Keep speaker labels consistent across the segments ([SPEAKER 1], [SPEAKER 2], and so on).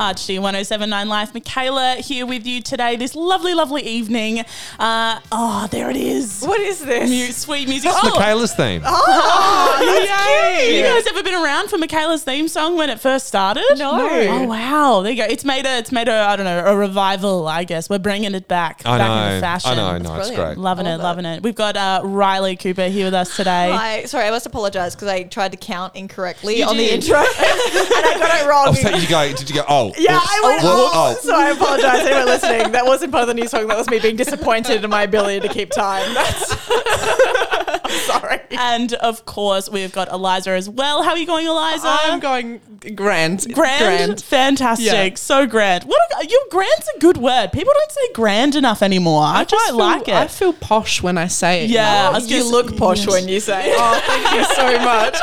[SPEAKER 1] Archie 1079 Life, Michaela here with you today this lovely, lovely evening. Uh, oh, there it is.
[SPEAKER 2] What is this?
[SPEAKER 1] Mu- sweet music.
[SPEAKER 2] Oh.
[SPEAKER 3] That's Michaela's theme.
[SPEAKER 1] Oh, Have you guys ever been around for Michaela's theme song when it first started?
[SPEAKER 2] No. No.
[SPEAKER 1] Oh wow, there you go. It's made a, it's made a, I don't know, a revival. I guess we're bringing it back,
[SPEAKER 3] I
[SPEAKER 1] back into
[SPEAKER 3] know.
[SPEAKER 1] fashion.
[SPEAKER 3] I know. No, it's
[SPEAKER 2] brilliant.
[SPEAKER 3] great.
[SPEAKER 1] Loving
[SPEAKER 2] Love
[SPEAKER 1] it,
[SPEAKER 2] it.
[SPEAKER 1] loving it. We've got uh, Riley Cooper here with us today.
[SPEAKER 2] Hi. Sorry, I must apologize because I tried to count incorrectly
[SPEAKER 1] You
[SPEAKER 2] on
[SPEAKER 1] did.
[SPEAKER 2] the intro and I got it
[SPEAKER 3] Oh,
[SPEAKER 2] wrong.
[SPEAKER 3] so you go, did you go, oh.
[SPEAKER 2] yeah,
[SPEAKER 3] whoops,
[SPEAKER 2] I went.
[SPEAKER 3] whoop,
[SPEAKER 2] Oh,
[SPEAKER 3] oh.
[SPEAKER 2] So I apologize to anyone listening. That wasn't part of the new song. That was me being disappointed in my ability to keep time. That's sorry.
[SPEAKER 1] And of course, we've got Eliza as well. How are you going, Eliza?
[SPEAKER 4] I'm going grand.
[SPEAKER 1] Grand, fantastic,
[SPEAKER 4] Yeah.
[SPEAKER 1] so grand. What a, your grand's a good word. People don't say grand enough anymore. I, quite
[SPEAKER 4] feel,
[SPEAKER 1] like it.
[SPEAKER 4] I feel posh when I say it.
[SPEAKER 1] yeah, I was
[SPEAKER 2] You
[SPEAKER 1] gonna
[SPEAKER 2] look
[SPEAKER 1] say-
[SPEAKER 2] posh when you say. it.
[SPEAKER 4] Oh, thank you so much.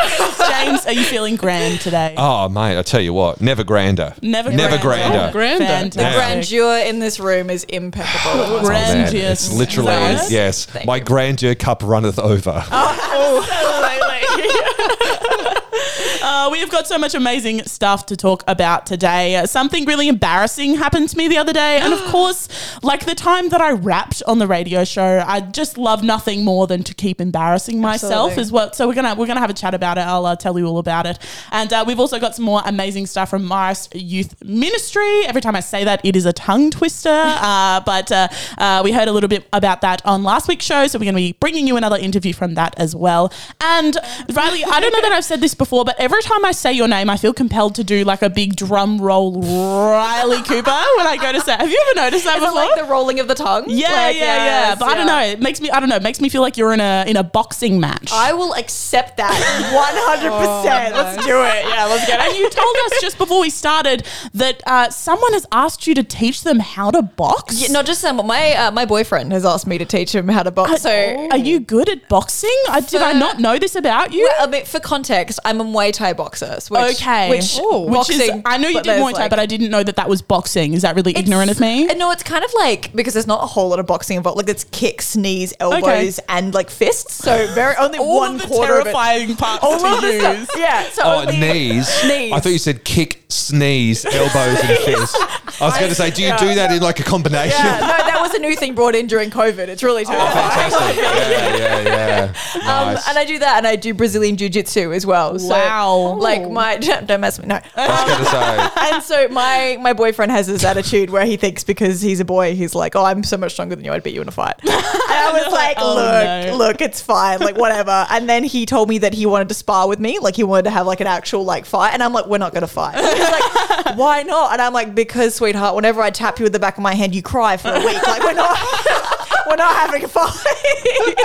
[SPEAKER 1] James, are you feeling grand today?
[SPEAKER 3] Oh, mate, I tell you what, never grander.
[SPEAKER 1] Never,
[SPEAKER 3] Never grander.
[SPEAKER 4] Oh, grander.
[SPEAKER 1] Fantastic.
[SPEAKER 3] Yeah.
[SPEAKER 2] Grandeur in this room is impeccable.
[SPEAKER 3] Oh, man,
[SPEAKER 1] Grandiose.
[SPEAKER 3] It's literally,
[SPEAKER 1] Yes.
[SPEAKER 3] yes. My grandeur cup runneth over.
[SPEAKER 2] Oh,
[SPEAKER 1] Uh, we have got so much amazing stuff to talk about today. Uh, something really embarrassing happened to me the other day. And of course, like the time that I rapped on the radio show, I just love nothing more than to keep embarrassing myself
[SPEAKER 2] Absolutely.
[SPEAKER 1] as well. So we're going to we're gonna have a chat about it. I'll uh, tell you all about it. And uh, we've also got some more amazing stuff from Maris Youth Ministry. Every time I say that, it is a tongue twister. Uh, but uh, uh, we heard a little bit about that on last week's show. So we're going to be bringing you another interview from that as well. And Riley, I don't know that I've said this before, but every time I say your name, I feel compelled to do like a big drum roll, Riley Cooper, when I go to say. Have you ever noticed that
[SPEAKER 2] Is it
[SPEAKER 1] before?
[SPEAKER 2] like the rolling of the tongue?
[SPEAKER 1] yeah,
[SPEAKER 2] Like,
[SPEAKER 1] yeah, yeah.
[SPEAKER 2] yes,
[SPEAKER 1] But I don't know. It makes me. I don't know. It makes me feel like you're in a in a boxing match.
[SPEAKER 2] I will accept that 100%. Let's do it. Yeah, let's get
[SPEAKER 1] Oh, and you told us just before we started that uh, someone has asked you to teach them how to box.
[SPEAKER 2] Yeah, not just them. but My uh, my boyfriend has asked me to teach him how to box. so,
[SPEAKER 1] Uh, are you good at boxing? I, did I
[SPEAKER 2] For-
[SPEAKER 1] not know this about you?
[SPEAKER 2] Well, I mean, for context, I'm a Muay Thai boxer. so Which,
[SPEAKER 1] okay,
[SPEAKER 2] which,
[SPEAKER 1] which is
[SPEAKER 2] boxing,
[SPEAKER 1] I know you
[SPEAKER 2] but
[SPEAKER 1] did Muay
[SPEAKER 2] there's
[SPEAKER 1] Thai,
[SPEAKER 2] like-
[SPEAKER 1] but I didn't know that that was boxing. Is that really ignorant of me?
[SPEAKER 2] And No, it's kind of like because there's not a whole lot of boxing involved. Like it's kicks, knees, elbows, and like fists. So very only one quarter of it.
[SPEAKER 1] parts
[SPEAKER 2] All of the stuff. Yeah. So
[SPEAKER 3] Oh,
[SPEAKER 2] only-
[SPEAKER 3] knees.
[SPEAKER 2] Knees.
[SPEAKER 3] I thought you said kick, sneeze, elbows, and fist. I was going to say, do you do that in like a combination?
[SPEAKER 2] Yeah, no, that was a new thing brought in during COVID. It's really terrifying.
[SPEAKER 3] Fantastic. Yeah, yeah, yeah.
[SPEAKER 2] Um,
[SPEAKER 3] Oh, Nice.
[SPEAKER 2] and I do that, and I do Brazilian Jiu Jitsu as well. So,
[SPEAKER 1] Wow.
[SPEAKER 2] Like my don't mess with me. No.
[SPEAKER 3] I was going to say.
[SPEAKER 2] and so my my boyfriend has this attitude where he thinks because he's a boy, he's like, "Oh, I'm so much stronger than you. I'd beat you in a fight." And I was like,
[SPEAKER 1] Oh,
[SPEAKER 2] "Look,
[SPEAKER 1] no.
[SPEAKER 2] look, it's fine. Like whatever." And then he told me that he wanted to spar with me, like he wanted to have like an actual like fight. And I'm like, "We're not gonna fight." And he's like, "Why not?" And I'm like, "Because, sweetheart, whenever I tap you with the back of my hand, you cry for a week. Like we're not." We're not having a fight.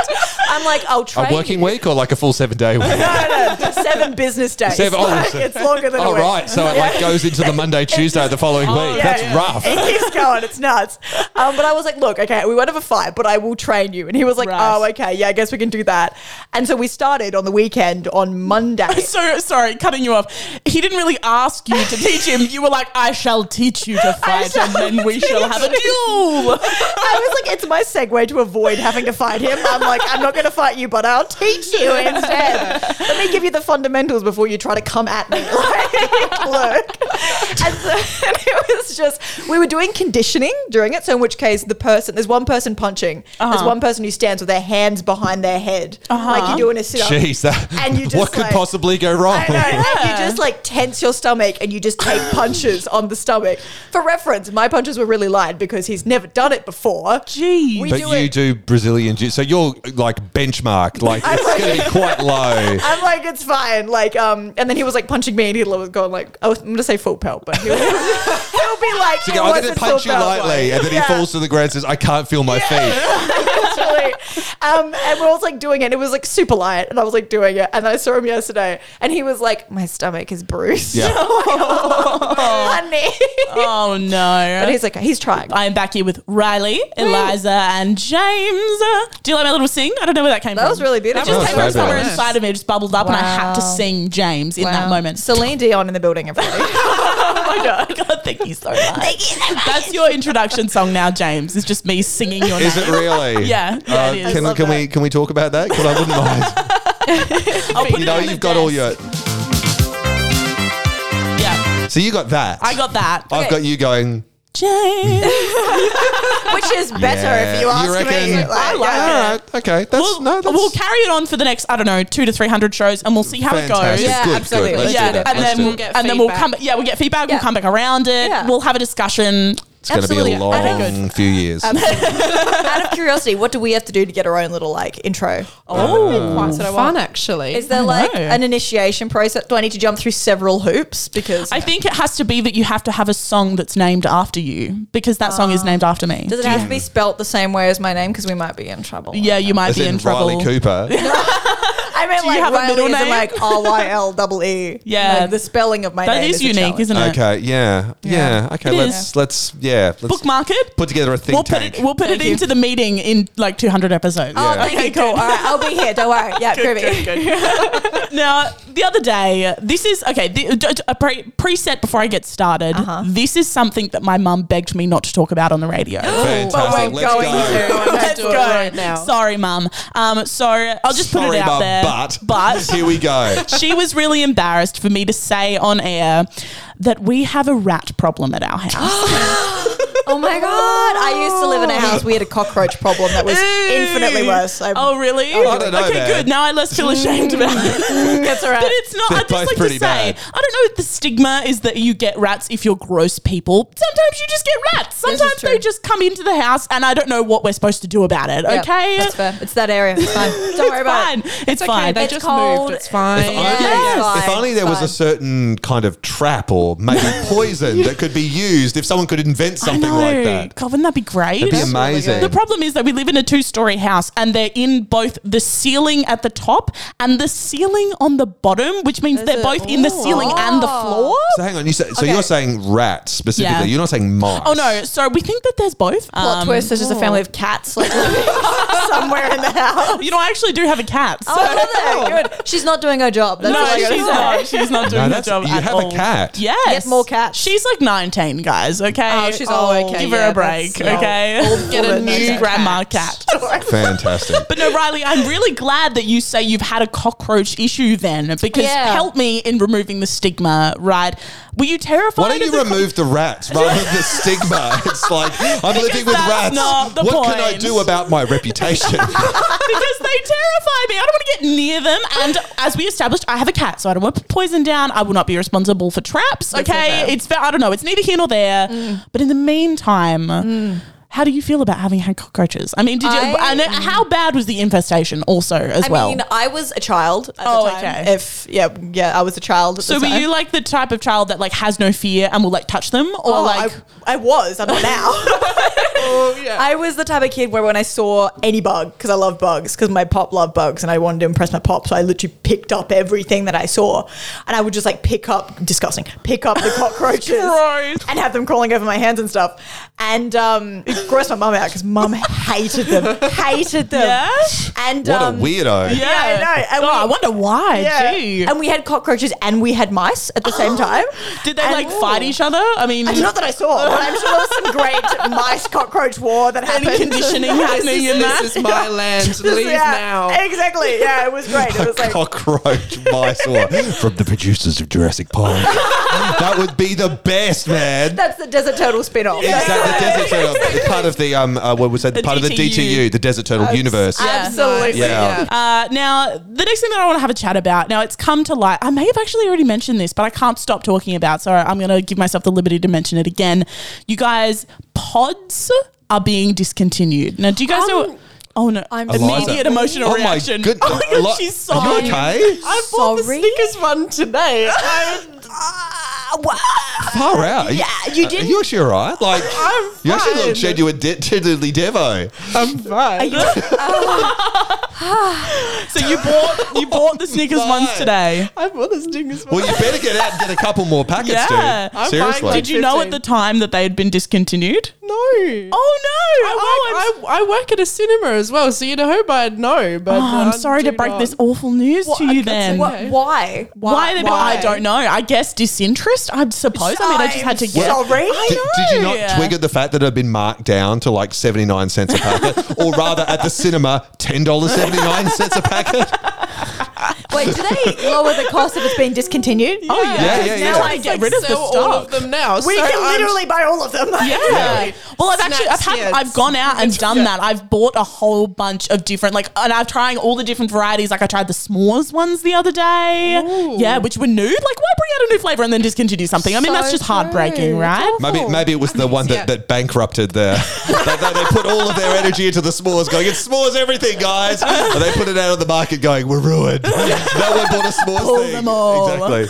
[SPEAKER 2] I'm like, I'll train.
[SPEAKER 3] A working week or like a full seven day week?
[SPEAKER 2] No, no, no, seven business days.
[SPEAKER 3] Seven- oh,
[SPEAKER 2] Like,
[SPEAKER 3] so-
[SPEAKER 2] it's longer than a
[SPEAKER 3] Oh,
[SPEAKER 2] week.
[SPEAKER 3] right. So it like goes into the Monday, Tuesday of the following week.
[SPEAKER 1] yeah,
[SPEAKER 3] That's
[SPEAKER 2] Oh, yeah.
[SPEAKER 3] rough.
[SPEAKER 2] It keeps going. It's nuts. Um, but I was like, look, okay, we won't have a fight, but I will train you. And he was like,
[SPEAKER 1] Right.
[SPEAKER 2] oh, okay, yeah, I guess we can do that. And so we started on the weekend on Monday.
[SPEAKER 1] So sorry, cutting you off. He didn't really ask you to teach him. You were like, "I shall teach you to fight, and then we shall have a duel."
[SPEAKER 2] I was like, it's my segue to avoid having to fight him. I'm like, I'm not going to fight you, but I'll teach you instead. Let me give you the fundamentals before you try to come at me. Like, look. And, so, and it was just, we were doing conditioning during it. So, in which case, the person, there's one person punching, there's one person who stands with their hands behind their head, like you do in a sit up.
[SPEAKER 3] Jeez, that,
[SPEAKER 2] And you just
[SPEAKER 3] what could
[SPEAKER 2] like-
[SPEAKER 3] possibly go wrong?
[SPEAKER 2] I know. And you just like tense your stomach and you just take punches on the stomach. For reference, my punches were really light because he's never done it before.
[SPEAKER 1] Jeez.
[SPEAKER 2] We
[SPEAKER 3] But
[SPEAKER 2] do
[SPEAKER 3] you
[SPEAKER 2] it.
[SPEAKER 3] do Brazilian jiu, so you're like benchmark. Like
[SPEAKER 2] I'm
[SPEAKER 3] it's
[SPEAKER 2] like-
[SPEAKER 3] going to be quite low.
[SPEAKER 2] I'm like, it's fine. Like, um, and then he was like punching me, and he was going like, I was, I'm gonna say foot pelt, but he was, he'll be like, it
[SPEAKER 3] So you go, I'm going
[SPEAKER 2] wasn't
[SPEAKER 3] to punch
[SPEAKER 2] foot
[SPEAKER 3] you
[SPEAKER 2] pelt,
[SPEAKER 3] lightly,
[SPEAKER 2] like,
[SPEAKER 3] and then he
[SPEAKER 2] yeah,
[SPEAKER 3] falls to the ground and says, "I can't feel my feet."
[SPEAKER 2] literally. um, and we was like doing it. And it was like super light, and I was like doing it, and then I saw him yesterday, and he was like, my stomach is bruised.
[SPEAKER 3] Yeah.
[SPEAKER 2] I'm like, oh, honey.
[SPEAKER 1] Oh no!
[SPEAKER 2] But he's like, he's trying.
[SPEAKER 1] I am back here with Riley, Eliza, and James. Do you like my little sing? I don't know where that came from.
[SPEAKER 2] That was really
[SPEAKER 1] It
[SPEAKER 2] beautiful.
[SPEAKER 1] just
[SPEAKER 3] was
[SPEAKER 1] came from somewhere
[SPEAKER 3] fabulous.
[SPEAKER 1] inside of me. It just bubbled up, and I had to
[SPEAKER 2] Wow.
[SPEAKER 1] sing James in that
[SPEAKER 2] Wow.
[SPEAKER 1] moment.
[SPEAKER 2] Celine Dion in the building, everybody.
[SPEAKER 1] oh my god! God, thank you so much. That's your introduction song now, James. It's just me singing your
[SPEAKER 3] Is
[SPEAKER 1] name.
[SPEAKER 3] it really? Uh,
[SPEAKER 1] Yeah, yeah, it is. I
[SPEAKER 3] Can,
[SPEAKER 2] love
[SPEAKER 3] can we can we talk about that? Because I wouldn't mind.
[SPEAKER 1] I'll put
[SPEAKER 3] you
[SPEAKER 1] it
[SPEAKER 3] know,
[SPEAKER 1] on the
[SPEAKER 3] you've got all
[SPEAKER 1] desk.
[SPEAKER 3] your.
[SPEAKER 1] Yeah.
[SPEAKER 3] So you got that.
[SPEAKER 1] I got that.
[SPEAKER 3] I've got you going.
[SPEAKER 1] Jane.
[SPEAKER 2] Which is better if you
[SPEAKER 3] Yeah.
[SPEAKER 2] ask
[SPEAKER 3] You reckon-
[SPEAKER 2] me.
[SPEAKER 3] I
[SPEAKER 1] like
[SPEAKER 2] yeah.
[SPEAKER 1] it.
[SPEAKER 3] All right. Okay. That's
[SPEAKER 1] We'll,
[SPEAKER 3] no. That's
[SPEAKER 1] we'll carry it on for the next, I don't know, two to 300 shows and we'll see how
[SPEAKER 3] fantastic.
[SPEAKER 1] it goes.
[SPEAKER 2] Yeah,
[SPEAKER 3] good,
[SPEAKER 2] absolutely.
[SPEAKER 3] Good. Let's
[SPEAKER 1] yeah,
[SPEAKER 3] do that.
[SPEAKER 1] and
[SPEAKER 3] Let's
[SPEAKER 1] then
[SPEAKER 3] do
[SPEAKER 1] we'll
[SPEAKER 3] it.
[SPEAKER 1] get
[SPEAKER 4] get
[SPEAKER 1] and then we'll
[SPEAKER 4] feedback.
[SPEAKER 1] come. Yeah, we'll get feedback. We'll
[SPEAKER 2] Yeah.
[SPEAKER 1] come back around it.
[SPEAKER 2] Yeah.
[SPEAKER 1] We'll have a discussion.
[SPEAKER 3] it's going to
[SPEAKER 2] Absolutely.
[SPEAKER 3] be a
[SPEAKER 2] I don't-
[SPEAKER 3] long few years.
[SPEAKER 1] Um,
[SPEAKER 2] Out of curiosity, what do we have to do to get our own little like intro?
[SPEAKER 1] Oh,
[SPEAKER 4] Quite fun, actually.
[SPEAKER 2] Is there like
[SPEAKER 1] know.
[SPEAKER 2] an initiation process? Do I need to jump through several hoops? Because
[SPEAKER 1] I think it has to be that you have to have a song that's named after you because that song is named after me.
[SPEAKER 2] does it have to be spelt the same way as my name? Because we might be in trouble.
[SPEAKER 1] yeah, you might
[SPEAKER 3] As
[SPEAKER 1] be in,
[SPEAKER 3] in
[SPEAKER 1] trouble.
[SPEAKER 3] Riley Cooper.
[SPEAKER 2] I mean,
[SPEAKER 1] you
[SPEAKER 2] like
[SPEAKER 1] have a
[SPEAKER 2] Riley
[SPEAKER 1] middle
[SPEAKER 2] isn't
[SPEAKER 1] name?
[SPEAKER 2] like R Y L double E.
[SPEAKER 1] Yeah.
[SPEAKER 2] Like, the spelling of my
[SPEAKER 1] That
[SPEAKER 2] name
[SPEAKER 1] is unique, isn't it?
[SPEAKER 3] Okay, yeah, yeah. Okay,
[SPEAKER 1] It
[SPEAKER 3] let's let's yeah. Let's
[SPEAKER 1] Book market.
[SPEAKER 3] put together a think
[SPEAKER 1] We'll put
[SPEAKER 3] tank.
[SPEAKER 1] it. We'll put it
[SPEAKER 2] you.
[SPEAKER 1] into the meeting in like 200 episodes.
[SPEAKER 2] Oh,
[SPEAKER 3] Yeah.
[SPEAKER 2] okay, cool. All right, I'll be here. Don't worry. Yeah, groovy.
[SPEAKER 1] Oh, Now, the other day, this is okay. The, d- d- a pre- preset before I get started. This is something that my mum begged me not to talk about on the radio.
[SPEAKER 3] Fantastic.
[SPEAKER 1] oh,
[SPEAKER 2] we're
[SPEAKER 3] Let's
[SPEAKER 2] going
[SPEAKER 3] go.
[SPEAKER 2] to.
[SPEAKER 4] Let's do it right now.
[SPEAKER 1] Sorry, mum. Um, so I'll just put
[SPEAKER 3] Sorry,
[SPEAKER 1] it out
[SPEAKER 3] Mum,
[SPEAKER 1] there.
[SPEAKER 3] but-
[SPEAKER 1] but
[SPEAKER 3] Here we go.
[SPEAKER 1] she was really embarrassed for me to say on air that we have a rat problem at our house.
[SPEAKER 2] Oh my god! I used to live in a house. We had a cockroach problem that was infinitely worse. I,
[SPEAKER 1] oh, really?
[SPEAKER 3] I don't know,
[SPEAKER 1] okay,
[SPEAKER 3] man.
[SPEAKER 1] good. Now I less feel ashamed about it.
[SPEAKER 2] that's all
[SPEAKER 1] But
[SPEAKER 2] right.
[SPEAKER 1] it's not.
[SPEAKER 3] They're
[SPEAKER 1] I just
[SPEAKER 3] both
[SPEAKER 1] like to
[SPEAKER 3] pretty
[SPEAKER 1] say,
[SPEAKER 3] bad.
[SPEAKER 1] I don't know. The stigma is that you get rats if you're gross people. Sometimes you just get rats.
[SPEAKER 2] is
[SPEAKER 1] Sometimes they
[SPEAKER 2] true.
[SPEAKER 1] just come into the house, and I don't know what we're supposed to do about it.
[SPEAKER 2] Yeah,
[SPEAKER 1] okay,
[SPEAKER 2] that's fair. It's that area. It's fine. Don't worry about
[SPEAKER 1] fine.
[SPEAKER 2] it.
[SPEAKER 1] It's,
[SPEAKER 4] It's okay.
[SPEAKER 1] fine.
[SPEAKER 4] They
[SPEAKER 2] It's
[SPEAKER 4] just
[SPEAKER 2] cold.
[SPEAKER 4] moved. It's fine.
[SPEAKER 3] If only-
[SPEAKER 2] Yes.
[SPEAKER 3] if
[SPEAKER 2] Fine,
[SPEAKER 3] only there was a
[SPEAKER 2] fine.
[SPEAKER 3] certain kind of trap or maybe poison that could be used if someone could invent
[SPEAKER 1] I
[SPEAKER 3] something
[SPEAKER 1] know.
[SPEAKER 3] like that.
[SPEAKER 1] God, wouldn't that be great?
[SPEAKER 3] It'd be
[SPEAKER 2] That's really
[SPEAKER 3] amazing.
[SPEAKER 2] good.
[SPEAKER 1] The problem is that we live in a two story house and they're in both the ceiling at the top and the ceiling on the bottom, which means they're
[SPEAKER 2] it-
[SPEAKER 1] both in the ceiling and the
[SPEAKER 2] Oh.
[SPEAKER 1] floor.
[SPEAKER 3] so hang on, you say, so
[SPEAKER 2] Okay.
[SPEAKER 3] you're saying rat specifically?
[SPEAKER 1] Yeah.
[SPEAKER 3] You're not saying mice.
[SPEAKER 1] Oh no, so we think that there's both.
[SPEAKER 2] Plot
[SPEAKER 1] Um,
[SPEAKER 2] twist. There's just a family of cats like somewhere in the house.
[SPEAKER 1] You know, I actually do have a cat. So.
[SPEAKER 2] Oh, good. She's not doing her job. That's all
[SPEAKER 1] No,
[SPEAKER 2] I gotta
[SPEAKER 1] she's
[SPEAKER 2] say.
[SPEAKER 1] not. She's not doing
[SPEAKER 3] No,
[SPEAKER 1] her
[SPEAKER 3] that's-
[SPEAKER 1] job
[SPEAKER 3] you
[SPEAKER 1] at
[SPEAKER 3] have a
[SPEAKER 1] all.
[SPEAKER 3] cat.
[SPEAKER 1] Yes.
[SPEAKER 2] Get more cats.
[SPEAKER 1] She's like 19, guys, okay?
[SPEAKER 4] Oh, she's- oh, okay,
[SPEAKER 1] Give her
[SPEAKER 4] yeah,
[SPEAKER 1] a break,
[SPEAKER 4] that's-
[SPEAKER 1] okay?
[SPEAKER 4] Get a new
[SPEAKER 1] grandma cat.
[SPEAKER 3] Fantastic.
[SPEAKER 1] But no, Riley, I'm really glad that you say you've had a cockroach issue then, because
[SPEAKER 2] Yeah.
[SPEAKER 1] help me in removing the stigma, right? Were you terrified?
[SPEAKER 3] Why don't
[SPEAKER 1] of
[SPEAKER 3] you
[SPEAKER 1] the co-
[SPEAKER 3] remove the rats rather than the stigma? It's like I'm living with
[SPEAKER 1] that's
[SPEAKER 3] rats.
[SPEAKER 1] not the
[SPEAKER 3] what can I
[SPEAKER 1] point.
[SPEAKER 3] do about my reputation?
[SPEAKER 1] because they terrify me. I don't want to get near them. And as we established, I have a cat, so I don't want to put poison down. I will not be responsible for traps. Okay,
[SPEAKER 2] okay.
[SPEAKER 1] it's fa- I don't know. It's neither here nor there.
[SPEAKER 2] Mm.
[SPEAKER 1] But in the meantime. How do you feel about having had cockroaches? I mean, did you?
[SPEAKER 2] I-
[SPEAKER 1] and how bad was the infestation also as
[SPEAKER 2] I
[SPEAKER 1] well?
[SPEAKER 2] mean, I was a child. At
[SPEAKER 1] Oh,
[SPEAKER 2] the time.
[SPEAKER 1] okay.
[SPEAKER 2] If yeah, yeah, I was a child. At
[SPEAKER 1] so
[SPEAKER 2] the
[SPEAKER 1] were
[SPEAKER 2] time.
[SPEAKER 1] you like the type of child that like has no fear and will like touch them, or
[SPEAKER 2] Oh,
[SPEAKER 1] like
[SPEAKER 2] I, I was. I'm not now.
[SPEAKER 1] Oh,
[SPEAKER 2] I was the type of kid where when I saw any bug, because I love bugs, because my pop loved bugs, and I wanted to impress my pop, so I literally picked up everything that I saw, and I would just like pick up, disgusting, pick up the cockroaches
[SPEAKER 1] Gross.
[SPEAKER 2] and have them crawling over my hands and stuff, and um, it grossed my mum out because mum hated them, hated them,
[SPEAKER 1] Yeah?
[SPEAKER 2] and
[SPEAKER 3] what
[SPEAKER 2] um,
[SPEAKER 3] a weirdo.
[SPEAKER 1] yeah?
[SPEAKER 2] I know. And
[SPEAKER 1] oh,
[SPEAKER 2] we-
[SPEAKER 1] I wonder why.
[SPEAKER 2] yeah.
[SPEAKER 1] Gee.
[SPEAKER 2] and we had cockroaches and we had mice at the same time.
[SPEAKER 1] Did they
[SPEAKER 2] And-
[SPEAKER 1] like fight each other? I mean,
[SPEAKER 2] It's not that I saw, but I'm sure there was some great mice cockroach war that
[SPEAKER 1] any
[SPEAKER 2] happened.
[SPEAKER 1] conditioning happening in that?
[SPEAKER 4] This is my land.
[SPEAKER 2] This-
[SPEAKER 4] Leave
[SPEAKER 2] yeah,
[SPEAKER 4] now.
[SPEAKER 2] Exactly. Yeah, it was great. It was like
[SPEAKER 3] cockroach mice or from the producers of Jurassic Park. that would be the best, man.
[SPEAKER 2] that's the desert turtle spin-off.
[SPEAKER 3] Is that the desert turtle? It's part of the um, uh, what was that?
[SPEAKER 1] The
[SPEAKER 3] part of the
[SPEAKER 1] DTU.
[SPEAKER 3] DTU, the Desert Turtle universe.
[SPEAKER 1] Yeah.
[SPEAKER 2] Absolutely.
[SPEAKER 3] Yeah.
[SPEAKER 1] Uh, now, the next thing that I want to have a chat about, now it's come to light. I may have actually already mentioned this, but I can't stop talking about, so I'm going to give myself the liberty to mention it again. You guys, pods are being discontinued. Now, do you guys know?
[SPEAKER 2] Um,
[SPEAKER 1] Oh no! I'm
[SPEAKER 3] Eliza.
[SPEAKER 1] immediate emotional
[SPEAKER 3] Oh my
[SPEAKER 1] reaction.
[SPEAKER 3] good-
[SPEAKER 1] Oh my
[SPEAKER 3] Eli-
[SPEAKER 1] god, she's
[SPEAKER 3] Are you
[SPEAKER 1] sobbing.
[SPEAKER 3] okay?
[SPEAKER 1] I bought the
[SPEAKER 2] Sorry? Ah,
[SPEAKER 1] sneakers one today. I'm,
[SPEAKER 3] Far out.
[SPEAKER 2] Yeah, you
[SPEAKER 3] Are
[SPEAKER 2] didn't-
[SPEAKER 3] you actually all right? Like,
[SPEAKER 4] I'm
[SPEAKER 3] you actually look
[SPEAKER 4] fine.
[SPEAKER 3] genuine, de- tiddly devo.
[SPEAKER 4] I'm fine.
[SPEAKER 2] Uh,
[SPEAKER 1] so you bought you bought the sneakers
[SPEAKER 3] my.
[SPEAKER 1] ones today.
[SPEAKER 4] I bought this thing as well.
[SPEAKER 3] Well, you better get out and get a couple more packets,
[SPEAKER 1] Yeah.
[SPEAKER 3] dude.
[SPEAKER 4] I'm
[SPEAKER 3] Seriously.
[SPEAKER 4] fine.
[SPEAKER 1] Did you know at
[SPEAKER 4] 15.
[SPEAKER 1] the time that they had been discontinued?
[SPEAKER 4] no. Oh,
[SPEAKER 1] Oh no! oh, I'm
[SPEAKER 4] I, work, I, I work at a cinema as well, so you'd hope I'd know. But
[SPEAKER 1] Oh, I'm
[SPEAKER 4] I
[SPEAKER 1] sorry to
[SPEAKER 4] do
[SPEAKER 1] break
[SPEAKER 4] not.
[SPEAKER 1] this awful news to you then.
[SPEAKER 4] what-
[SPEAKER 1] Why,
[SPEAKER 4] okay.
[SPEAKER 2] Why?
[SPEAKER 1] they I don't know. I guess disinterest, I suppose. I mean, I just had to get.
[SPEAKER 2] Sorry.
[SPEAKER 1] I
[SPEAKER 3] Did, did you
[SPEAKER 1] know.
[SPEAKER 3] not twig at the fact that it had been marked down to like 79 cents a packet? or rather, at the cinema, $10.79 a packet?
[SPEAKER 2] Wait, do they lower the cost if it's been discontinued?
[SPEAKER 1] Oh yeah,
[SPEAKER 3] Yeah, yeah,
[SPEAKER 1] Because
[SPEAKER 3] yeah.
[SPEAKER 1] Now I
[SPEAKER 3] Like,
[SPEAKER 1] get rid of the
[SPEAKER 4] sell all of
[SPEAKER 1] stock.
[SPEAKER 4] them now.
[SPEAKER 2] we
[SPEAKER 4] so
[SPEAKER 2] can
[SPEAKER 4] I'm-
[SPEAKER 2] literally buy all of them.
[SPEAKER 1] Yeah. Well, I've actually I've, had,
[SPEAKER 4] Snacks,
[SPEAKER 1] I've gone out and done that. I've bought a whole bunch of different like, and I'm trying all the different varieties. Like I tried the s'mores ones the other day. Yeah, which were new. Like, why bring out a new flavor and then discontinue something? I mean,
[SPEAKER 4] So
[SPEAKER 1] that's just
[SPEAKER 4] true.
[SPEAKER 1] heartbreaking, right?
[SPEAKER 3] Maybe, maybe it was the one that,
[SPEAKER 4] yeah.
[SPEAKER 3] that bankrupted their. they, they, they put all of their energy into the s'mores, going, it's s'mores everything, guys. And they put it out on the market, going, we're ruined. no one bought a s'mores
[SPEAKER 1] Pull
[SPEAKER 3] thing.
[SPEAKER 1] them all.
[SPEAKER 3] Exactly.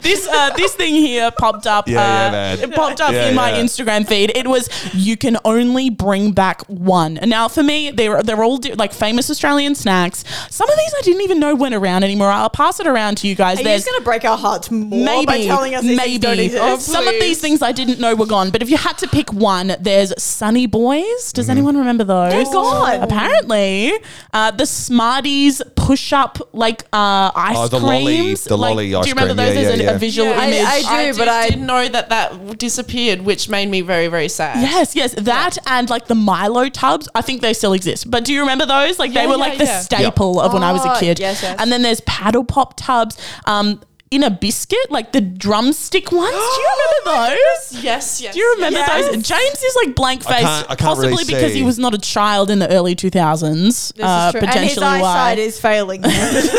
[SPEAKER 1] this uh, this thing here popped up.
[SPEAKER 3] Yeah, yeah,
[SPEAKER 1] uh,
[SPEAKER 3] man.
[SPEAKER 1] It popped up
[SPEAKER 3] Yeah,
[SPEAKER 1] in my
[SPEAKER 3] yeah.
[SPEAKER 1] Instagram feed. It was you can only bring back one. And now for me, they're they're all di- like famous Australian snacks. Some of these I didn't even know went around anymore. I'll pass it around to you guys.
[SPEAKER 2] Are you
[SPEAKER 1] There's
[SPEAKER 2] just going to break our hearts more
[SPEAKER 1] maybe
[SPEAKER 2] by telling us these
[SPEAKER 1] maybe
[SPEAKER 2] things don't exist?
[SPEAKER 1] Oh, some of
[SPEAKER 4] please.
[SPEAKER 1] these things I didn't know were gone. But if you had to pick one, there's Sunny Boys.
[SPEAKER 3] Mm-hmm.
[SPEAKER 1] Does anyone remember those?
[SPEAKER 2] They're gone.
[SPEAKER 1] Apparently, uh, the Smarties push up like uh, ice
[SPEAKER 3] Oh, the lolly-
[SPEAKER 1] creams.
[SPEAKER 3] the
[SPEAKER 1] like,
[SPEAKER 3] lolly
[SPEAKER 1] Do
[SPEAKER 3] ice
[SPEAKER 1] you remember
[SPEAKER 3] cream.
[SPEAKER 1] those?
[SPEAKER 3] Yeah,
[SPEAKER 1] There's
[SPEAKER 3] yeah,
[SPEAKER 1] an-
[SPEAKER 3] yeah.
[SPEAKER 1] a visual
[SPEAKER 4] Yeah,
[SPEAKER 1] image.
[SPEAKER 4] I, I do, but I
[SPEAKER 2] did
[SPEAKER 4] did know that that disappeared, which made me very, very sad.
[SPEAKER 1] Yes, yes, that and like the Milo tubs. I think they still exist. But do you remember those? Like they
[SPEAKER 4] Yeah,
[SPEAKER 1] were
[SPEAKER 4] yeah,
[SPEAKER 1] like the
[SPEAKER 4] yeah.
[SPEAKER 1] staple of when I was a
[SPEAKER 2] Oh,
[SPEAKER 1] kid.
[SPEAKER 2] yes, yes.
[SPEAKER 1] And then there's paddle pop tubs. Um, in a biscuit, like the drumstick ones. do you
[SPEAKER 2] Oh
[SPEAKER 1] remember those?
[SPEAKER 4] Yes, yes.
[SPEAKER 1] Do you remember
[SPEAKER 2] Yes.
[SPEAKER 1] those? James is like blank faced,
[SPEAKER 3] can't- I can't
[SPEAKER 1] possibly
[SPEAKER 3] really
[SPEAKER 1] because he
[SPEAKER 3] see.
[SPEAKER 1] was not a child in the early 2000s. uh, Potentially
[SPEAKER 2] and
[SPEAKER 1] why.
[SPEAKER 2] his eyesight is failing.
[SPEAKER 3] That's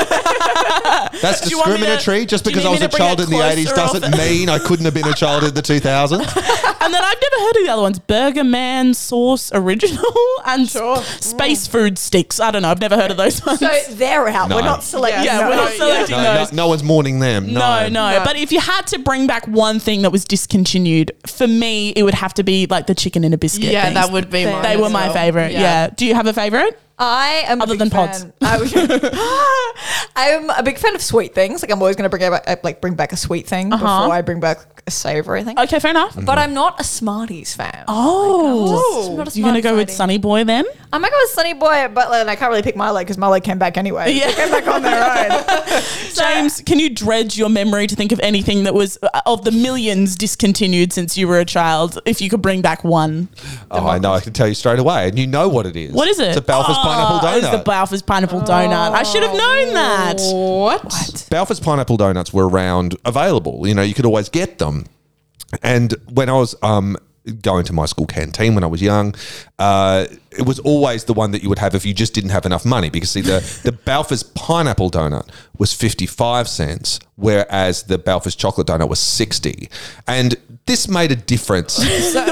[SPEAKER 1] you want me to-
[SPEAKER 3] discriminatory. Just
[SPEAKER 1] do you
[SPEAKER 3] because
[SPEAKER 1] need
[SPEAKER 3] I was
[SPEAKER 1] me
[SPEAKER 3] a
[SPEAKER 1] to bring
[SPEAKER 3] child
[SPEAKER 1] it
[SPEAKER 3] in the 80s
[SPEAKER 1] closer
[SPEAKER 3] doesn't mean I couldn't have been a child in the 2000s.
[SPEAKER 1] and then I've never heard of the other ones Burger Man, Sauce Original, and
[SPEAKER 4] Sure.
[SPEAKER 1] Space Food Sticks. I don't know. I've never heard of those ones.
[SPEAKER 2] so they're out.
[SPEAKER 3] No.
[SPEAKER 2] We're not selecting.
[SPEAKER 1] yeah,
[SPEAKER 4] No,
[SPEAKER 1] we're not
[SPEAKER 4] yeah.
[SPEAKER 1] selecting
[SPEAKER 3] No, no,
[SPEAKER 1] those.
[SPEAKER 3] no one's mourning them.
[SPEAKER 1] No,
[SPEAKER 3] No,
[SPEAKER 1] no, But if you had to bring back one thing that was discontinued, for me, it would have to be like the chicken in a biscuit.
[SPEAKER 4] Yeah,
[SPEAKER 1] things.
[SPEAKER 4] that would be
[SPEAKER 2] They-
[SPEAKER 4] mine
[SPEAKER 1] They
[SPEAKER 4] as
[SPEAKER 1] were my
[SPEAKER 4] well.
[SPEAKER 1] favorite. Yeah. Do you have a favorite?
[SPEAKER 2] I am a
[SPEAKER 1] Other
[SPEAKER 2] big
[SPEAKER 1] than pods.
[SPEAKER 2] fan- I was- I'm a big fan of sweet things. Like I'm always going to bring back, uh, like bring back a sweet thing
[SPEAKER 1] Uh-huh.
[SPEAKER 2] before I bring back a savory thing.
[SPEAKER 1] Okay, fair enough.
[SPEAKER 2] But I'm not a Smarties fan.
[SPEAKER 1] Oh,
[SPEAKER 2] I'm not a
[SPEAKER 1] you're gonna
[SPEAKER 2] Smarties
[SPEAKER 1] go with
[SPEAKER 2] lady.
[SPEAKER 1] Sunny Boy then?
[SPEAKER 2] I might go with Sunny Boy, but like, I can't really pick Milo because Milo came back anyway.
[SPEAKER 1] Yeah.
[SPEAKER 2] They came back on their own.
[SPEAKER 1] James, can you dredge your memory to think of anything that was uh, of the millions discontinued since you were a child? If you could bring back one,
[SPEAKER 3] Oh, I know. I can tell you straight away. And you know what it is.
[SPEAKER 1] what is it?
[SPEAKER 3] It's a Balfour's
[SPEAKER 1] Oh,
[SPEAKER 3] pineapple
[SPEAKER 1] It's
[SPEAKER 3] donut. Oh.
[SPEAKER 1] the Balfour's pineapple donut. I should have known that.
[SPEAKER 4] What?
[SPEAKER 3] Balfour's pineapple donuts were around available. You know, you could always get them. And when I was um, going to my school canteen when I was young, uh, it was always the one that you would have if you just didn't have enough money. Because see, the, the Balfour's pineapple donut was 55 cents, whereas the Balfour's chocolate donut was 60. And this made a difference.
[SPEAKER 2] so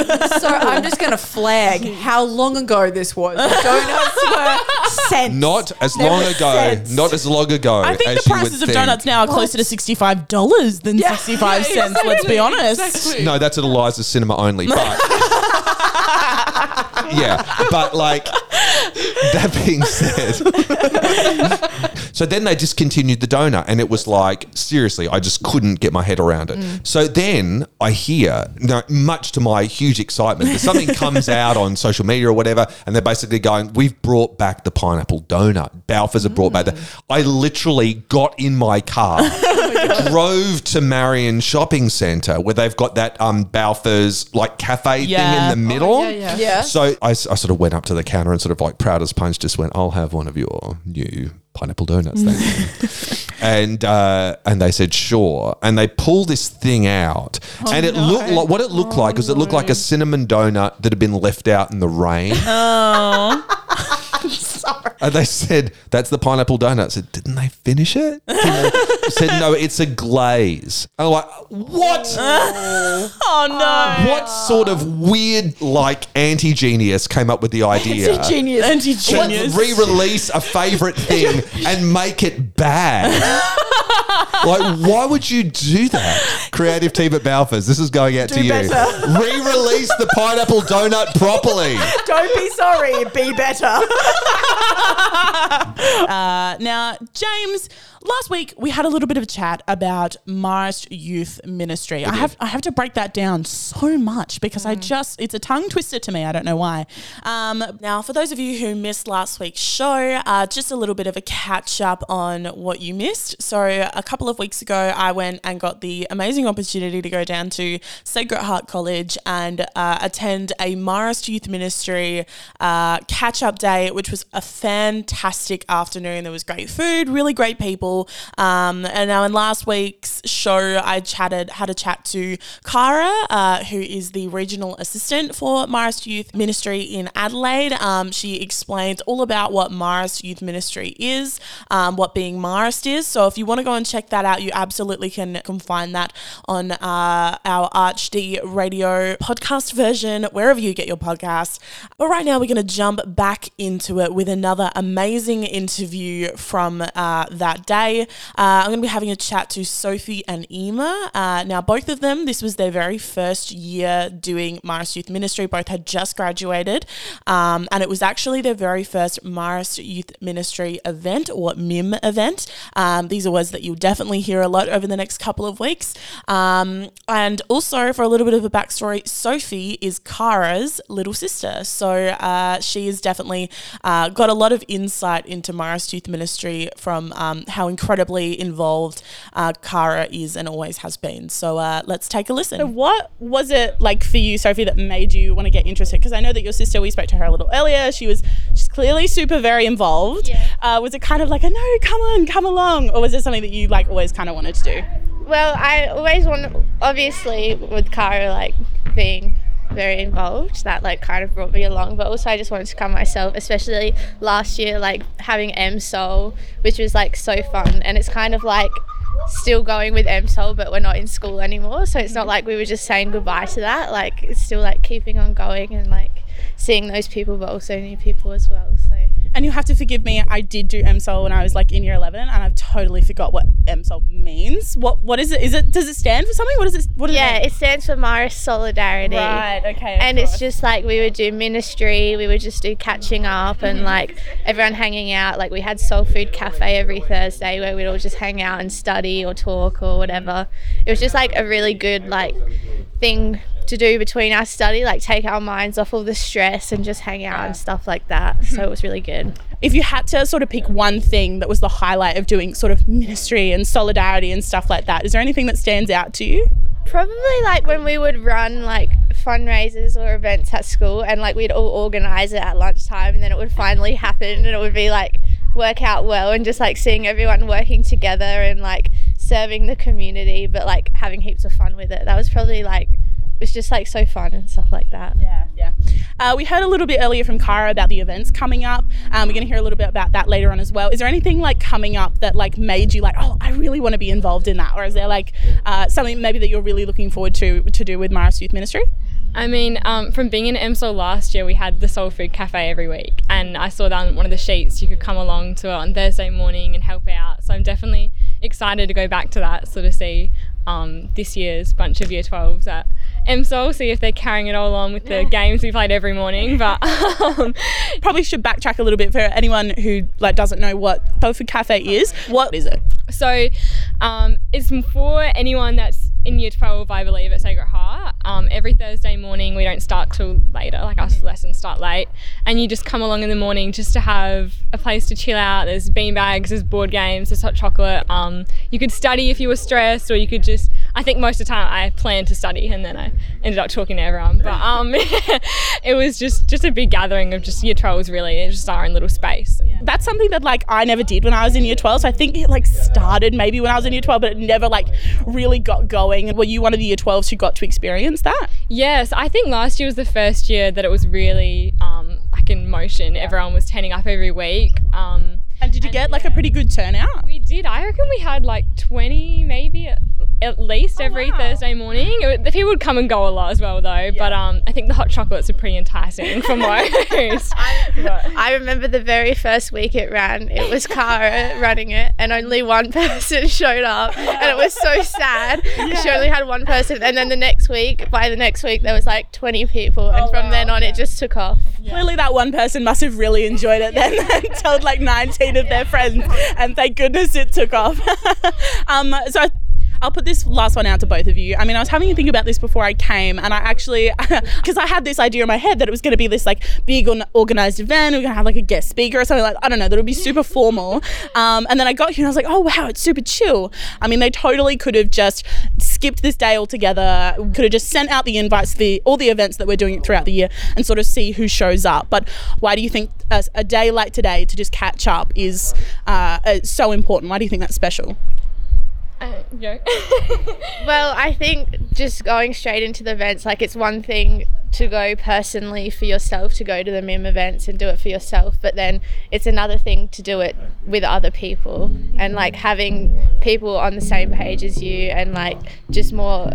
[SPEAKER 2] I'm just going to flag how long ago this was. Donuts were cents.
[SPEAKER 3] Not as
[SPEAKER 2] There
[SPEAKER 3] long
[SPEAKER 2] were
[SPEAKER 3] ago.
[SPEAKER 2] cents.
[SPEAKER 3] Not as long ago.
[SPEAKER 1] I think
[SPEAKER 3] as
[SPEAKER 1] the
[SPEAKER 3] you would
[SPEAKER 1] prices of
[SPEAKER 3] think.
[SPEAKER 1] donuts now are closer to sixty-five dollars than
[SPEAKER 2] Yeah.
[SPEAKER 1] sixty-five
[SPEAKER 4] Yeah,
[SPEAKER 1] cents. Let's be honest.
[SPEAKER 4] Exactly.
[SPEAKER 3] No, that's at Eliza's cinema only. But yeah, but like that being said, so then they discontinued the donut, and it was like seriously, I just couldn't get my head around it. So then I hear, no, much to my huge excitement, that something comes out on social media or whatever, and they're basically going, "We've brought back the pineapple donut. Balfour's have brought back the." I literally got in my car drove to Marion Shopping Centre where they've got that um, Balfour's like cafe
[SPEAKER 1] Yeah.
[SPEAKER 3] thing in the middle.
[SPEAKER 4] yeah, yeah.
[SPEAKER 2] Yeah.
[SPEAKER 3] So I, s- I sort of went up to the counter and sort of like proud as punch just went, I'll have one of your new pineapple donuts. Thank you. And uh, and they said sure, and they pull this thing out,
[SPEAKER 1] Oh,
[SPEAKER 3] and it looked like what it looked like was it looked like a cinnamon donut that had been left out in the rain.
[SPEAKER 1] Oh.
[SPEAKER 2] Sorry.
[SPEAKER 3] And they said, that's the pineapple donut. I said, didn't they finish it? And they said, no, it's a glaze. And I'm like, what?
[SPEAKER 1] Oh no!
[SPEAKER 3] What sort of weird, like, anti genius came up with the idea?
[SPEAKER 2] It's a genius.
[SPEAKER 1] Anti-genius.
[SPEAKER 3] Re release a favorite thing and make it bad. like, why would you do that? Creative team at Balfour's, this is going out
[SPEAKER 2] Do
[SPEAKER 3] to you.
[SPEAKER 2] better.
[SPEAKER 3] Re release the pineapple donut properly.
[SPEAKER 2] Don't be sorry. Be better.
[SPEAKER 1] Now, James, last week we had a little bit of a chat about Marist Youth Ministry. I have I have to break that down so much because I just it's a tongue twister to me. I don't know why. Um, now, for those of you who missed last week's show, uh, just a little bit of a catch up on what you missed. So, a couple of weeks ago, I went and got the amazing opportunity to go down to Sacred Heart College and uh, attend a Marist Youth Ministry uh, catch up day, which was a fantastic afternoon. There was great food, really great people people. Um, and now in last week's show, I chatted had a chat to Cara, uh, who is the regional assistant for Marist Youth Ministry in Adelaide. Um, she explained all about what Marist Youth Ministry is, um, what being Marist is. So if you want to go and check that out, you absolutely can, can find that on uh, our ArchD Radio podcast version, wherever you get your podcasts. But right now, we're going to jump back into it with another amazing interview from uh, that day. Uh, I'm going to be having a chat to Sophie and Ema. Uh, now, both of them, this was their very first year doing Maris Youth Ministry. Both had just graduated, um, and it was actually their very first Maris Youth Ministry event or MIM event. Um, these are words that you'll definitely hear a lot over the next couple of weeks. Um, and also, for a little bit of a backstory, Sophie is Kara's little sister. So uh, she has definitely uh, got a lot of insight into Maris Youth Ministry from um, how incredibly involved uh, Kara is and always has been. So uh, let's take a listen.
[SPEAKER 5] So what was it like for you, Sophie, that made you want to get interested? Because I know that your sister, we spoke to her a little earlier. She was she's clearly super very involved.
[SPEAKER 6] Yeah.
[SPEAKER 5] Uh, was it kind of like a no, come on, come along, or was it something that you like always kind of wanted to do?
[SPEAKER 6] Well, I always want, obviously, with Cara like being very involved, that like kind of brought me along. But also, I just wanted to come myself, especially last year, like having M Soul, which was like so fun, and it's kind of like still going with M Soul, but we're not in school anymore. So it's not like we were just saying goodbye to that. Like it's still like keeping on going and like seeing those people, but also new people as well. So.
[SPEAKER 5] And you have to forgive me. I did do MSOL when I was like in year eleven, and I've totally forgot what MSOL means. What what is it? Is it does it stand for something? What is it? What does
[SPEAKER 6] Yeah,
[SPEAKER 5] it
[SPEAKER 6] it stands for Maris Solidarity.
[SPEAKER 5] mean? right. Okay. of
[SPEAKER 6] and it's
[SPEAKER 5] course.
[SPEAKER 6] just like we would do ministry we would just do catching up and like everyone hanging out like we had soul food cafe every thursday where we'd all just hang out and study or talk or whatever it was just like a really good like thing to do between our study like take our minds off all the stress and just hang out and stuff like that so it was really good
[SPEAKER 5] if you had to sort of pick one thing that was the highlight of doing sort of ministry and solidarity and stuff like that, is there anything that stands out to you?
[SPEAKER 6] Probably like when we would run like fundraisers or events at school and like we'd all organize it at lunchtime and then it would finally happen and it would be like work out well and just like seeing everyone working together and like serving the community but like having heaps of fun with it. That was probably like it was just like so fun and stuff like that.
[SPEAKER 5] Yeah, yeah. Uh, we heard a little bit earlier from Kara about the events coming up. Um, we're going to hear a little bit about that later on as well. Is there anything like coming up that like made you like, oh, I really want to be involved in that, or is there like uh, something maybe that you're really looking forward to to do with Maris Youth Ministry?
[SPEAKER 7] I mean, um, from being in EMSO last year, we had the Soul Food Cafe every week, and I saw that on one of the sheets you could come along to it on Thursday morning and help out. So I'm definitely excited to go back to that, sort of see um, this year's bunch of Year 12s at EMSO, see if they're carrying it all on with the games we played every morning. But um,
[SPEAKER 5] Probably should backtrack a little bit for anyone who like doesn't know what Soul Food Cafe is. What is it?
[SPEAKER 7] So um, it's for anyone that's in year 12, I believe, at Sacred Heart. Um, every Thursday morning, we don't start till later, like our lessons start late. And you just come along in the morning just to have a place to chill out. There's beanbags, there's board games, there's hot chocolate. Um, you could study if you were stressed, or you could just, I think most of the time I planned to study and then I ended up talking to everyone. But um, it was just, just a big gathering of just year 12s, really. It's just our own little space.
[SPEAKER 5] that's something that like I never did when I was in year 12. So I think it like started maybe when I was in year 12, but it never like really got going. Were you one of the year 12s who got to experience that?
[SPEAKER 7] Yes, I think last year was the first year that it was really um, like in motion. Everyone was turning up every week. Um,
[SPEAKER 5] And did you get like a pretty good turnout?
[SPEAKER 7] we did. I reckon we had like twenty, maybe at, at least every Thursday morning. It, would- the people would come and go a lot as well, though. But um, I think the hot chocolates are pretty enticing for most.
[SPEAKER 6] I remember the very first week it ran, it was Cara running it, and only one person showed up, and it was so sad. She only had one person, and then the next week, by the next week, there was like 20 people, and from then on, it just took off.
[SPEAKER 5] Clearly, that one person must have really enjoyed it then and told like 19 of their friends, and thank goodness it took off. um, so I, I'll put this last one out to both of you. I mean, I was having a think about this before I came, and I actually, because I had this idea in my head that it was going to be this like big un- organized event. We're going to have like a guest speaker or something like I don't know. That would be super formal. Um, and then I got here and I was like, oh wow, it's super chill. I mean, they totally could have just skipped this day altogether. Could have just sent out the invites to the all the events that we're doing throughout the year and sort of see who shows up. But why do you think a, a day like today to just catch up is uh, uh, so important? Why do you think that's special?
[SPEAKER 7] Uh, yeah.
[SPEAKER 6] Well, I think just going straight into the events, like it's one thing to go personally for yourself, to go to the MIM events and do it for yourself, but then it's another thing to do it with other people and like having people on the same page as you and like just more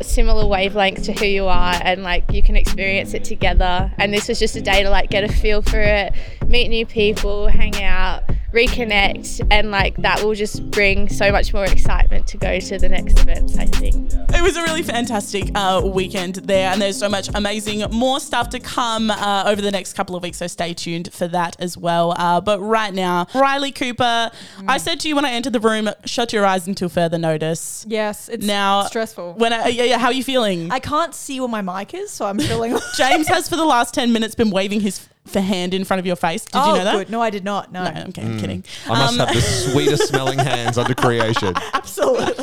[SPEAKER 6] similar wavelength to who you are and like you can experience it together. And this was just a day to like get a feel for it, meet new people, hang out, reconnect, and like that will just bring so much more excitement to go to the next events, I think.
[SPEAKER 1] It was a really fantastic uh, weekend there, and there's so much amazing more stuff to come uh, over the next couple of weeks. So stay tuned for that as well. Uh, but right now, Riley Cooper, I said to you when I entered the room, shut your eyes until further notice.
[SPEAKER 4] Yes, it's
[SPEAKER 1] Now,
[SPEAKER 4] stressful.
[SPEAKER 1] When I, yeah, yeah, how are you feeling?
[SPEAKER 2] I can't see where my mic is, so I'm feeling.
[SPEAKER 1] James has for the last ten minutes been waving his f- hand in front of your face. Did
[SPEAKER 2] oh,
[SPEAKER 1] you know that?
[SPEAKER 2] good. No, I did not. No,
[SPEAKER 1] No, okay, I'm kidding.
[SPEAKER 3] Mm. I must
[SPEAKER 1] Um,
[SPEAKER 3] have the sweetest smelling hands under creation.
[SPEAKER 2] absolutely.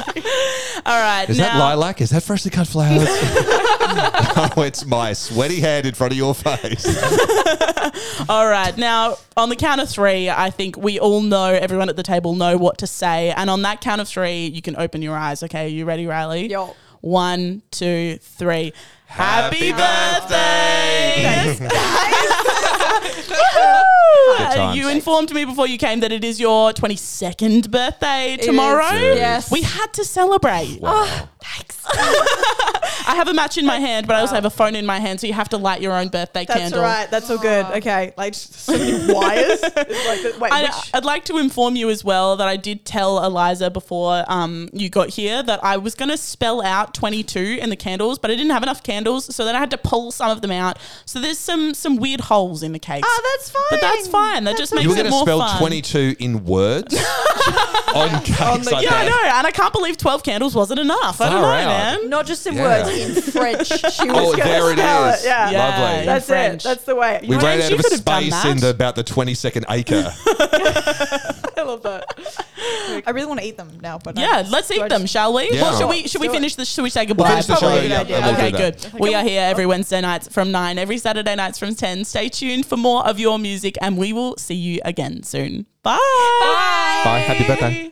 [SPEAKER 1] all right,
[SPEAKER 3] Is that
[SPEAKER 1] now-
[SPEAKER 3] lilac? Is that freshly cut flowers? no, it's my sweaty hand in front of your face.
[SPEAKER 1] All right. Now, on the count of three, I think we all know, everyone at the table know what to say. And on that count of three, you can open your eyes. Okay. You ready, Riley?
[SPEAKER 4] Yo.
[SPEAKER 1] One, two, three.
[SPEAKER 3] Happy birthday!
[SPEAKER 1] birthday! Woo!
[SPEAKER 3] Good times.
[SPEAKER 1] you informed me before you came that it is your 22nd birthday tomorrow.
[SPEAKER 4] is. Yes. Oh,
[SPEAKER 1] We had to celebrate.
[SPEAKER 3] Wow.
[SPEAKER 1] I have a match in my hand, but I also have a phone in my hand, so you have to light your own birthday
[SPEAKER 2] That's
[SPEAKER 1] candle.
[SPEAKER 2] all right. That's all good. Okay, like just so many wires. It's like the, wait,
[SPEAKER 1] I,
[SPEAKER 2] which?
[SPEAKER 1] I'd like to inform you as well that I did tell Eliza before um, you got here that I was going to spell out 22 in the candles, but I didn't have enough candles, so then I had to pull some of them out. So there's some some weird holes in the cakes.
[SPEAKER 2] Oh, that's fine.
[SPEAKER 1] But that's fine. That just makes
[SPEAKER 3] You were
[SPEAKER 1] it
[SPEAKER 3] going to
[SPEAKER 1] more
[SPEAKER 3] spell
[SPEAKER 1] fun.
[SPEAKER 3] 22 in words on cakes like
[SPEAKER 1] Yeah, I
[SPEAKER 3] that.
[SPEAKER 1] know, and I can't believe 12 candles wasn't enough. I don't know,
[SPEAKER 3] Far out.
[SPEAKER 1] man.
[SPEAKER 2] Not just in
[SPEAKER 3] Yeah.
[SPEAKER 2] words, in French. She was
[SPEAKER 3] Oh,
[SPEAKER 2] gonna
[SPEAKER 3] there it
[SPEAKER 2] spell
[SPEAKER 3] is.
[SPEAKER 2] It. Yeah.
[SPEAKER 1] Yeah.
[SPEAKER 3] Lovely.
[SPEAKER 2] That's
[SPEAKER 1] French.
[SPEAKER 2] it. That's the way.
[SPEAKER 3] we
[SPEAKER 2] You-
[SPEAKER 3] ran
[SPEAKER 1] James,
[SPEAKER 3] out
[SPEAKER 1] you
[SPEAKER 3] of
[SPEAKER 1] could have done
[SPEAKER 3] space in
[SPEAKER 1] that.
[SPEAKER 3] the, about the 22nd acre.
[SPEAKER 2] I love that. I really want to eat them now, but
[SPEAKER 1] Yeah, let's
[SPEAKER 2] do I
[SPEAKER 1] eat them,
[SPEAKER 2] just-
[SPEAKER 1] shall we?
[SPEAKER 3] Yeah.
[SPEAKER 1] Well, should we
[SPEAKER 2] Sure.
[SPEAKER 1] should we
[SPEAKER 2] Do it.
[SPEAKER 1] finish this? Should we say goodbye?
[SPEAKER 3] finish the
[SPEAKER 2] Probably
[SPEAKER 3] show,
[SPEAKER 2] a good
[SPEAKER 3] yeah,
[SPEAKER 2] idea.
[SPEAKER 3] and we'll do
[SPEAKER 1] okay,
[SPEAKER 3] that.
[SPEAKER 1] good. We are here every Wednesday nights from nine, every Saturday nights from ten. Stay tuned for more of your music, and we will see you again soon. Bye.
[SPEAKER 3] Bye. Happy birthday.